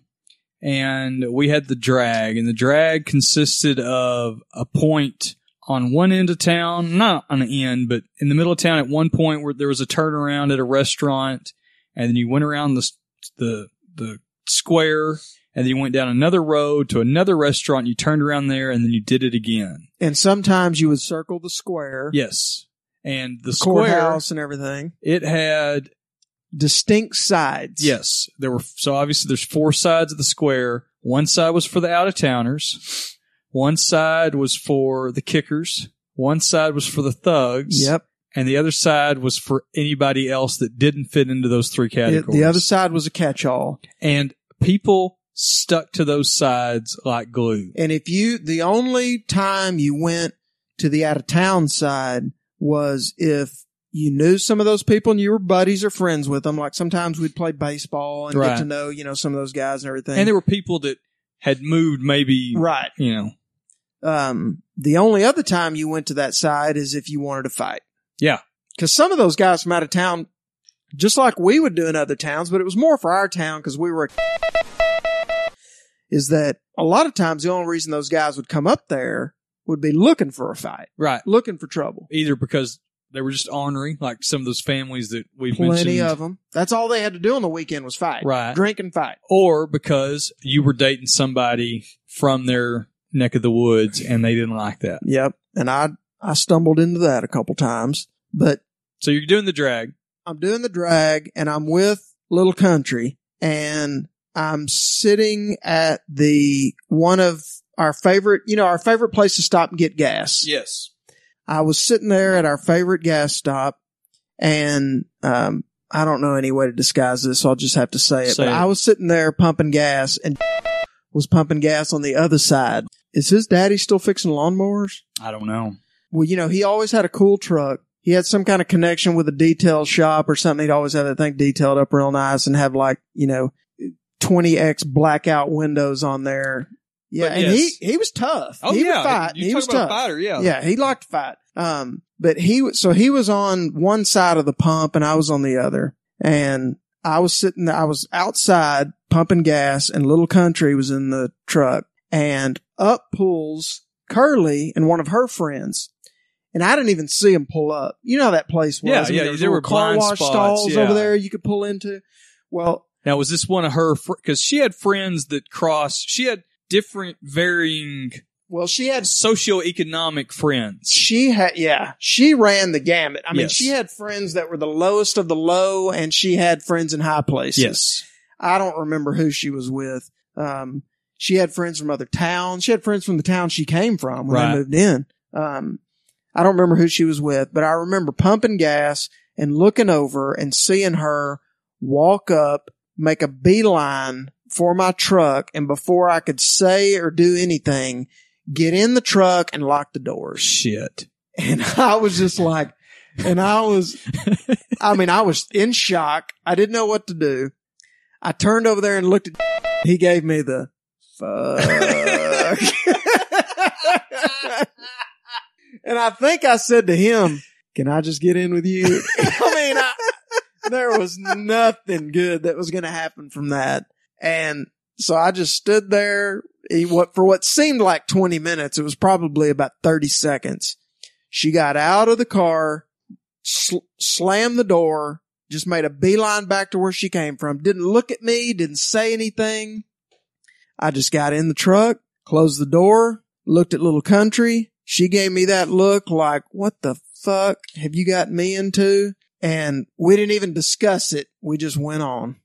and we had the drag, and the drag consisted of a point on one end of town, not on the end, but in the middle of town. At one point, where there was a turnaround at a restaurant, and then you went around the s- the the square, and then you went down another road to another restaurant. And you turned around there, and then you did it again.
And sometimes you would circle the square,
Yes, and the square
courthouse and everything.
it had
distinct sides.
Yes, there were. So obviously, there's four sides of the square. One side was for the out of towners. One side was for the kickers. One side was for the thugs.
Yep.
And the other side was for anybody else that didn't fit into those three
The,
categories.
the other side was a catch-all.
and people stuck to those sides like glue.
And if you, the only time you went to the out of town side was if you knew some of those people and you were buddies or friends with them. Like sometimes we'd play baseball and
Right.
get to know, you know, some of those guys and everything.
And there were people that had moved maybe,
right.
you know,
Um, the only other time you went to that side is if you wanted to fight.
Yeah.
Cause some of those guys from out of town, just like we would do in other towns, but it was more for our town because we were, is that a lot of times the only reason those guys would come up there would be looking for a fight,
right.
looking for trouble.
Either because they were just ornery, like some of those families that we've
Plenty
mentioned.
of them. That's all they had to do on the weekend was fight,
Right.
Drink and fight.
or because you were dating somebody from their neck of the woods and they didn't like that.
Yep. And I, I stumbled into that a couple times, but
So you're doing the drag.
I'm doing the drag and I'm with Little Country and I'm sitting at the one of our favorite, you know, our favorite place to stop and get gas.
Yes.
I was sitting there at our favorite gas stop and, um, I don't know any way to disguise this, so I'll just have to say it.
Say
but
it.
I was sitting there pumping gas and was pumping gas on the other side. Is his daddy still fixing lawnmowers?
I don't know.
Well, you know, he always had a cool truck. He had some kind of connection with a detail shop or something. He'd always have that thing detailed up real nice and have like, you know, 20X blackout windows on there. Yeah.
But
and
yes.
he, he was tough.
Oh
he
yeah,
would fight.
you
he
talk
was
about a
tough.
fighter, yeah.
Yeah. He liked to fight. Um, but he, w- so he was on one side of the pump and I was on the other and I was sitting there. I was outside pumping gas and little country was in the truck and up pulls Curly and one of her friends. And I didn't even see them pull up. You know how that place was.
Yeah,
I mean,
yeah,
There, was
there
little
were
car
blind
wash
spots,
stalls
yeah.
over there you could pull into. Well,
Now was this one of her because she had friends that cross. She had different varying
Well, she had
socioeconomic friends.
She had, yeah, she ran the gamut. I mean,
Yes.
she had friends that were the lowest of the low, and she had friends in high places.
Yes.
I don't remember who she was with. Um, she had friends from other towns. She had friends from the town she came from when I
Right.
moved in. Um, I don't remember who she was with, but I remember pumping gas and looking over and seeing her walk up, make a beeline for my truck. And before I could say or do anything, get in the truck and lock the doors.
Shit.
And I was just like, and I was, I mean, I was in shock. I didn't know what to do. I turned over there and looked at, he gave me the fuck. and I think I said to him, can I just get in with you? I mean, I, there was nothing good that was going to happen from that. And so I just stood there eh, what for what seemed like 20 minutes. It was probably about 30 seconds. She got out of the car, sl- slammed the door, just made a beeline back to where she came from. Didn't look at me, didn't say anything. I just got in the truck, closed the door, looked at little country. She gave me that look like, what the fuck have you got me into? And we didn't even discuss it. We just went on.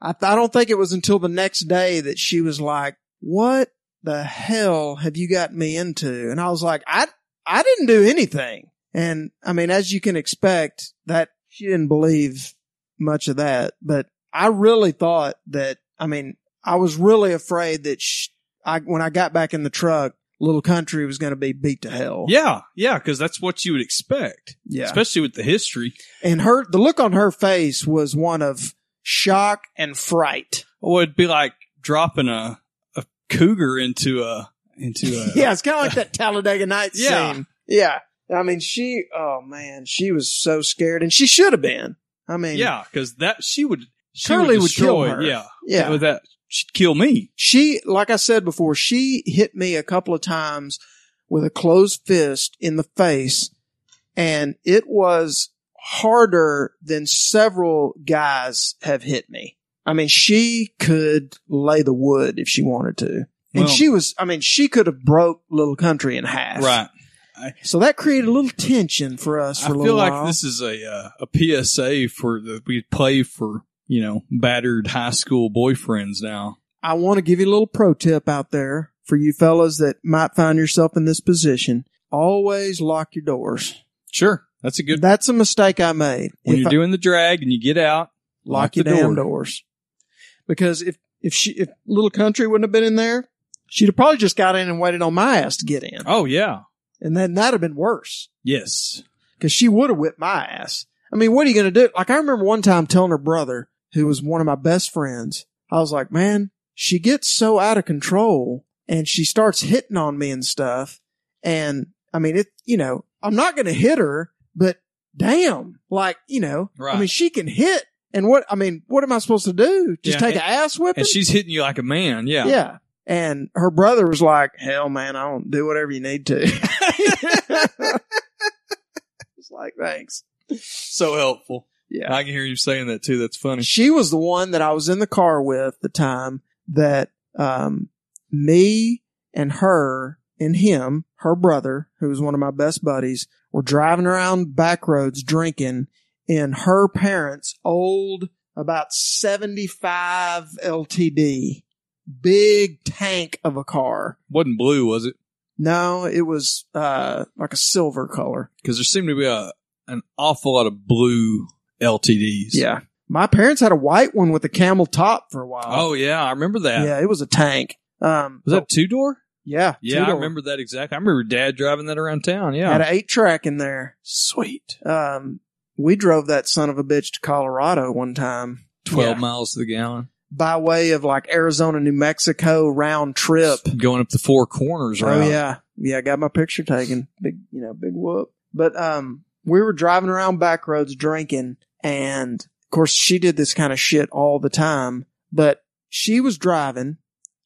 I, th- I don't think it was until the next day that she was like, what the hell have you got me into? And I was like, I, I didn't do anything. And I mean, as you can expect that she didn't believe much of that, but I really thought that, I mean, I was really afraid that sh I, when I got back in the truck, little country was going to be beat to hell.
Yeah, yeah, because that's what you would expect.
Yeah.
especially with the history.
And her, the look on her face was one of shock and fright.
Well, it'd be like dropping a a cougar into a into a
yeah, it's kind of like that Talladega Nights
Yeah.
scene. Yeah. I mean, she, oh man, she was so scared and she should have been. I mean,
yeah, because that she would she
Curly
would,
would kill
destroy-
her.
Yeah,
Yeah.
With that she'd kill me.
she, like I said before, she hit me a couple of times with a closed fist in the face and it was harder than several guys have hit me. I mean, she could lay the wood if she wanted to. And
Well-
she was, I mean, she could have broke little country in half.
Right.
So that created a little tension for us
I
for a little
feel like
while.
this is a uh, a PSA for the we play for you know battered high school boyfriends now.
I want to give you a little pro tip out there for you fellas that might find yourself in this position. Always lock your doors.
Sure, that's a good.
That's a mistake I made.
When
If
you're
I-
doing the drag and you get out,
lock,
lock
your
the
damn
door.
doors. Because if if she if little country wouldn't have been in there, she'd have probably just got in and waited on my ass to get in,
Oh yeah,
and then that'd have been worse
yes.
because she would have whipped my ass. I mean, what are you going to do? Like, I remember one time telling her brother, who was one of my best friends, I was like, man, she gets so out of control and she starts hitting on me and stuff. And I mean, it, you know, I'm not going to hit her, but damn, like, you know,
Right.
I mean, she can hit. And what, I mean, what am I supposed to do? Just
Yeah,
take
and-
an ass whipping?
And she's hitting you like a man. Yeah.
Yeah. And her brother was like, hell man, I don't do whatever you need to. It's like, thanks.
So helpful.
Yeah.
I can hear you saying that too. That's funny.
She was the one that I was in the car with the time that, um, me and her and him, her brother, who was one of my best buddies, were driving around back roads drinking in her parents' old, about 75 LTD, big tank of a car.
Wasn't blue, was it?
No, it was uh like a silver color.
Because there seemed to be a an awful lot of blue LTDs.
My parents had a white one with a camel top for a while.
Oh yeah, I remember that.
yeah, it was a tank. Um
Was
but-
that two door?
yeah,
Yeah, I
two-door.
remember that exactly. I remember Dad driving that around town. Yeah.
Had an eight track in there.
Sweet.
Um we drove that son of a bitch to Colorado one time.
Twelve
Yeah.
miles to the gallon,
by way of like Arizona, New Mexico round trip.
going up the four corners.
Oh
route.
yeah, yeah. I got my picture taken. Big, you know, big whoop. But um, we were driving around back roads drinking, and of course she did this kind of shit all the time. But she was driving,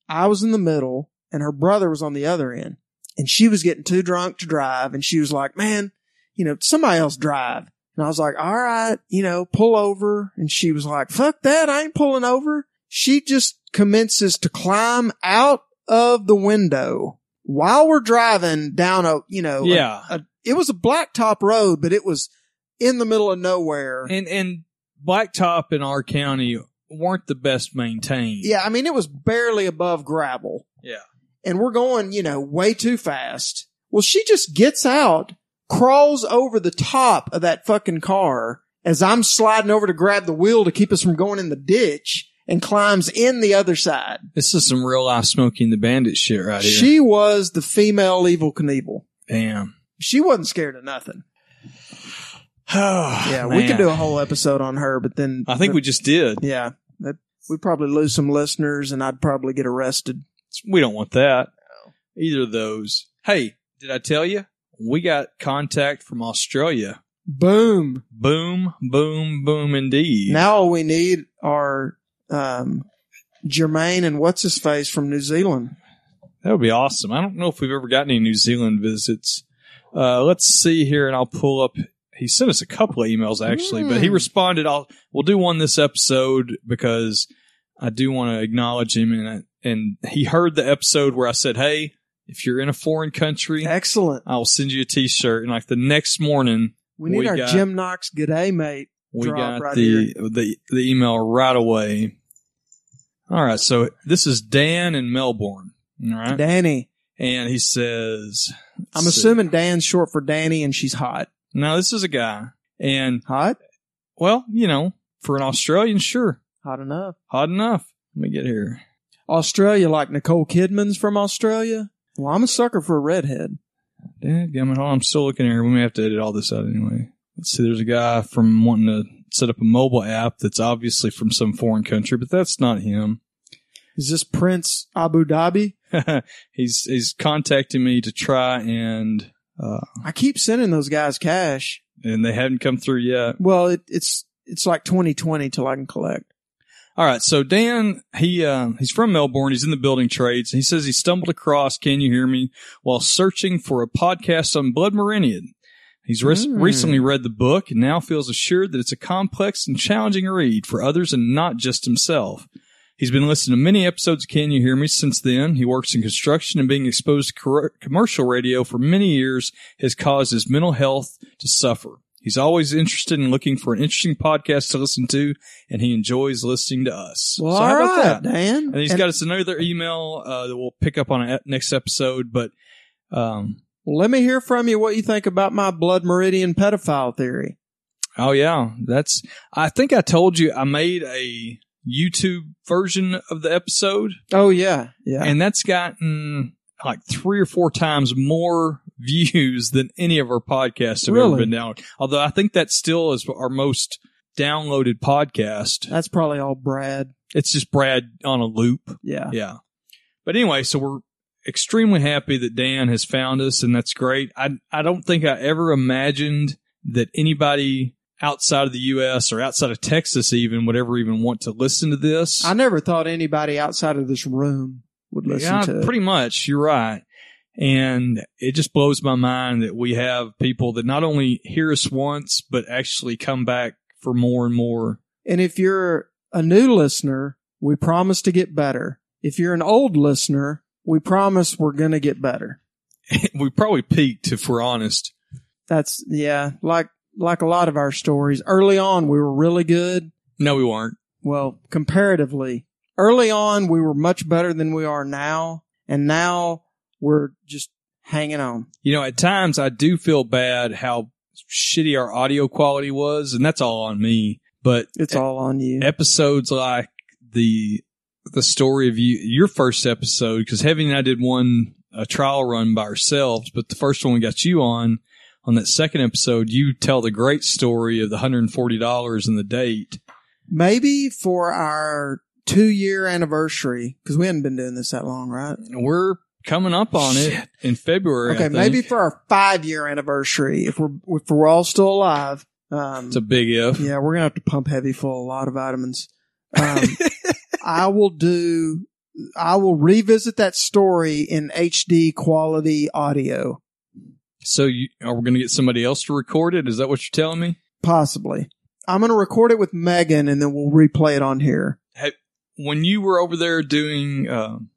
I was in the middle, and her brother was on the other end, and she was getting too drunk to drive, and she was like, "Man, you know, somebody else drive." And I was like, "All right, you know, pull over." And she was like, "Fuck that, I ain't pulling over." She just commences to climb out of the window while we're driving down a, you know, a-
Yeah.
a, it was a blacktop road, but it was in the middle of nowhere.
And and blacktop in our county weren't the best maintained.
Yeah, I mean, it was barely above gravel.
Yeah.
And we're going, you know, way too fast. Well, she just gets out, crawls over the top of that fucking car as I'm sliding over to grab the wheel to keep us from going in the ditch and climbs in the other side.
This is some real life smoking the bandit shit right here.
She was the female evil Knievel.
Damn.
She wasn't scared of nothing. yeah, we could do a whole episode on her, but then
Oh, I think we just did.
yeah, that, we'd probably lose some listeners, and I'd probably get arrested.
We don't want that. Either of those. Hey, did I tell you? We got contact from Australia.
Boom.
Boom, boom, boom indeed.
Now all we need are um, Jermaine and what's his face from New Zealand.
That would be awesome. I don't know if we've ever gotten any New Zealand visits. Uh, let's see here, and I'll pull up. He sent us a couple of emails actually, but he
Hmm.
responded. I'll we'll do one this episode because I do want to acknowledge him, and I, and he heard the episode where I said, "Hey, if you're in a foreign country,
excellent,
I'll send you a T-shirt." And like the next morning,
We need our
got-
Jim Knox good day mate
we
drop
got
right
the,
here.
the the email right away. All right, so this is Dan in Melbourne. All right,
Danny.
and he says,
I'm
let's see.
assuming Dan's short for Danny, and she's hot.
No, this is a guy, and
hot.
Well, you know, for an Australian, sure,
Hot enough.
hot enough. Let me get here.
Australia, like Nicole Kidman's from Australia. Well, I'm a sucker for a redhead.
Dadgummit, hold on, I'm still looking here. We may have to edit all this out anyway. Let's see. There's a guy from wanting to set up a mobile app that's obviously from some foreign country, but that's not him.
Is this Prince Abu Dhabi?
he's he's contacting me to try and uh,
I keep sending those guys cash.
and they haven't come through yet.
Well, it, it's it's like 2020 till I can collect.
All right, so Dan, he uh, he's from Melbourne. He's in the building trades. He says he stumbled across "Can You Hear Me" while searching for a podcast on Blood Meridian. He's re-
Mm.
recently read the book and now feels assured that it's a complex and challenging read for others and not just himself. He's been listening to many episodes of Can You Hear Me since then. He works in construction and being exposed to cor- commercial radio for many years has caused his mental health to suffer. He's always interested in looking for an interesting podcast to listen to, and he enjoys listening to us.
Well,
how about
all right, Dan.
And he's
And-
got us another email uh, that we'll pick up on a, next episode, but um,
Well, let me hear from you what you think about my blood meridian pedophile theory.
Oh yeah, that's. I think I told you I made a YouTube version of the episode.
Oh yeah, yeah.
and that's gotten like three or four times more views than any of our podcasts have ever
Really?
been down. Although I think that still is our most downloaded podcast.
That's probably all Brad.
It's just Brad on a loop.
Yeah.
Yeah. But anyway, so we're extremely happy that Dan has found us and that's great. I I don't think I ever imagined that anybody outside of the US or outside of Texas even would ever even want to listen to this.
I never thought anybody outside of this room would listen
yeah,
to it.
pretty much. You're right. And it just blows my mind that we have people that not only hear us once, but actually come back for more and more.
And if you're a new listener, we promise to get better. If you're an old listener, we promise we're going to get better.
we probably peaked if we're honest.
That's yeah, like like a lot of our stories. Early on, we were really good.
No, we weren't.
Well, comparatively, early on we were much better than we are now, and now we're just hanging on.
You know, at times I do feel bad how shitty our audio quality was, and that's all on me. But
it's all on you.
Episodes like the the story of you, your first episode, because Heavy and I did one a trial run by ourselves, but the first one we got you on on that second episode, you tell the great story of the hundred and forty dollars and the date.
Maybe for our two year anniversary, because we hadn't been doing this that long, right?
We're coming up on it in February. I
Okay,
think.
maybe for our five year anniversary, if we're if we're all still alive, um,
it's a big if.
yeah, we're gonna have to pump heavy full of a lot of vitamins. Um, I will do. I will revisit that story in HD quality audio,
So you, are we going to get somebody else to record it? Is that what you're telling me?
possibly. I'm gonna record it with Megan, and then we'll replay it on here.
Hey, when you were over there doing uh, um,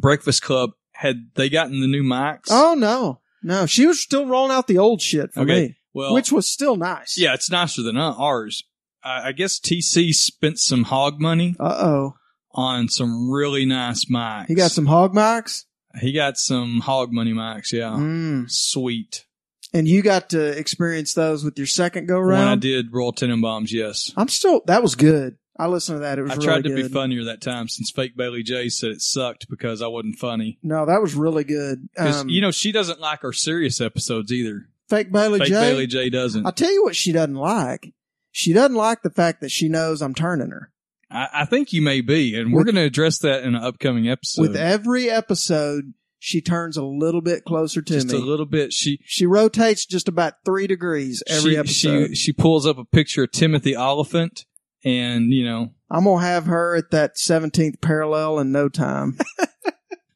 Breakfast Club, Had they gotten the new mics?
Oh no, no, she was still rolling out the old shit for
Okay,
me.
well-
which was still nice.
Yeah, it's nicer than uh, ours. I, I guess TC spent some hog money.
Uh oh.
On some really nice mics.
He got some hog mics,
He got some hog money mics. Yeah.
Mm.
Sweet.
and you got to experience those with your second go
When I
round.
did Royal Tenenbaums, yes.
I'm still that was good. I listened to that. It was
I
really
tried to
good.
be funnier that time since fake Bailey J said it sucked because I wasn't funny.
No, that was really good.
'Cause,
Um,
you know, she doesn't like our serious episodes either.
fake Bailey
fake
J.
Bailey J doesn't.
I tell you what, she doesn't like. She doesn't like the fact that she knows I'm turning her.
I, I think you may be, and we're going to address that in an upcoming episode.
With every episode, she turns a little bit closer to
just
me.
a little bit, she
she rotates just about three degrees every
she,
episode.
She she pulls up a picture of Timothy Oliphant, and you know,
I'm gonna have her at that 17th parallel in no time.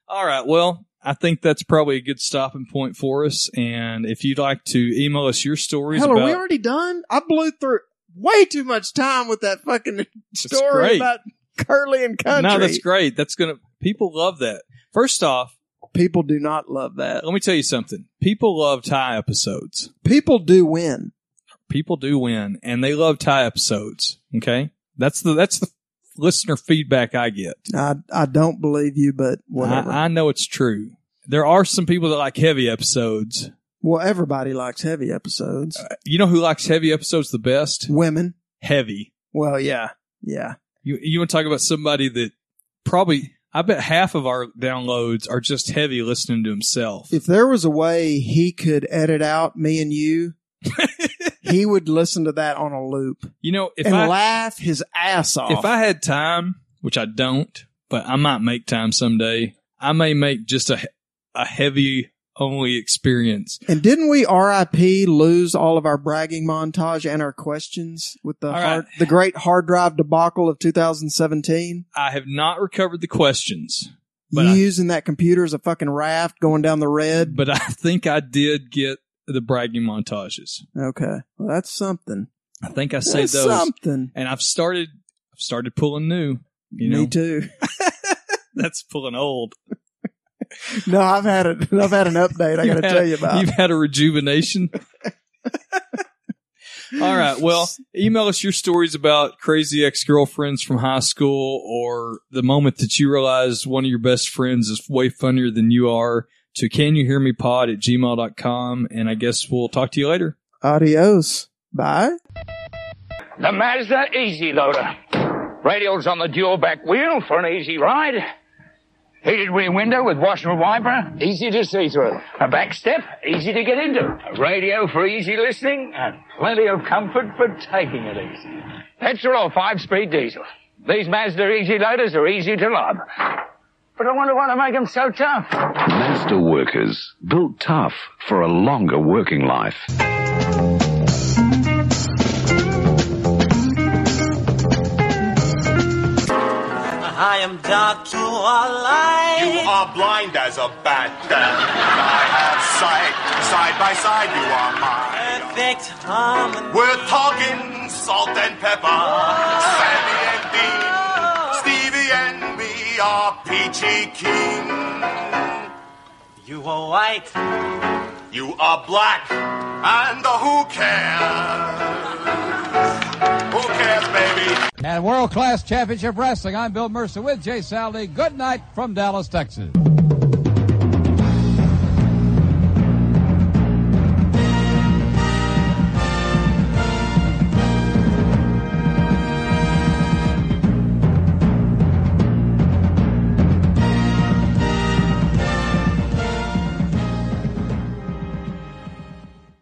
all right, well. I think that's probably a good stopping point for us. And if you'd like to email us your stories
Hell,
about
are we already done? I blew through way too much time with that fucking story
great.
about Curly and Country.
No, that's great. That's gonna people love that. First off,
people do not love that.
Let me tell you something. People love tie episodes.
People do win.
People do win, and they love tie episodes. Okay, that's the that's the listener feedback I get.
I I don't believe you, but whatever.
I, I know it's true. There are some people that like heavy episodes.
well, everybody likes heavy episodes.
You know who likes heavy episodes the best?
Women.
Heavy.
Well, yeah, yeah.
You you want to talk about somebody that probably I bet half of our downloads are just heavy listening to himself.
If there was a way he could edit out me and you, he would listen to that on a loop
You know if
and
I
laugh his ass off.
If I had time, which I don't, but I might make time someday, I may make just a a heavy only experience.
and didn't we RIP lose all of our bragging montage and our questions with the
All
hard, the great hard drive debacle of 2017?
I have not recovered the questions, but
you
I,
using that computer as a fucking raft going down the red?
but I think I did get the bragging montages.
Okay, well that's something.
I think I saved
That's
those,
something.
and I've started I've started pulling new. You know,
Me too.
that's pulling old.
No, I've had it. I've had an update. I got
You've
to
had
tell
a-
you about.
You've had a rejuvenation. All right. Well, email us your stories about crazy ex girlfriends from high school or the moment that you realized one of your best friends is way funnier than you are to can you hear me pod at gmail.com. And I guess we'll talk to you later.
Adios. Bye.
The Mazda Easy Loader. Radials on the dual back wheel for an easy ride. Heated rear window with washer and wiper, easy to see through. A back step, easy to get into. A radio for easy listening, and plenty of comfort for taking it easy. Petrol or five-speed diesel. These Mazda Easy Loaders are easy to love. But I wonder why they make them so tough.
Mazda workers built tough for a longer working life.
I am dark, you are light.
You are blind as a bat. I have sight. Side by side, you are mine.
Perfect harmony.
We're talking salt and pepper. Sammy and Dean. Stevie and me are peachy keen.
You are white.
You are black. And who cares? Who cares, baby?
And world class championship wrestling. I'm Bill Mercer with Jay Saldi. Good night from Dallas, Texas.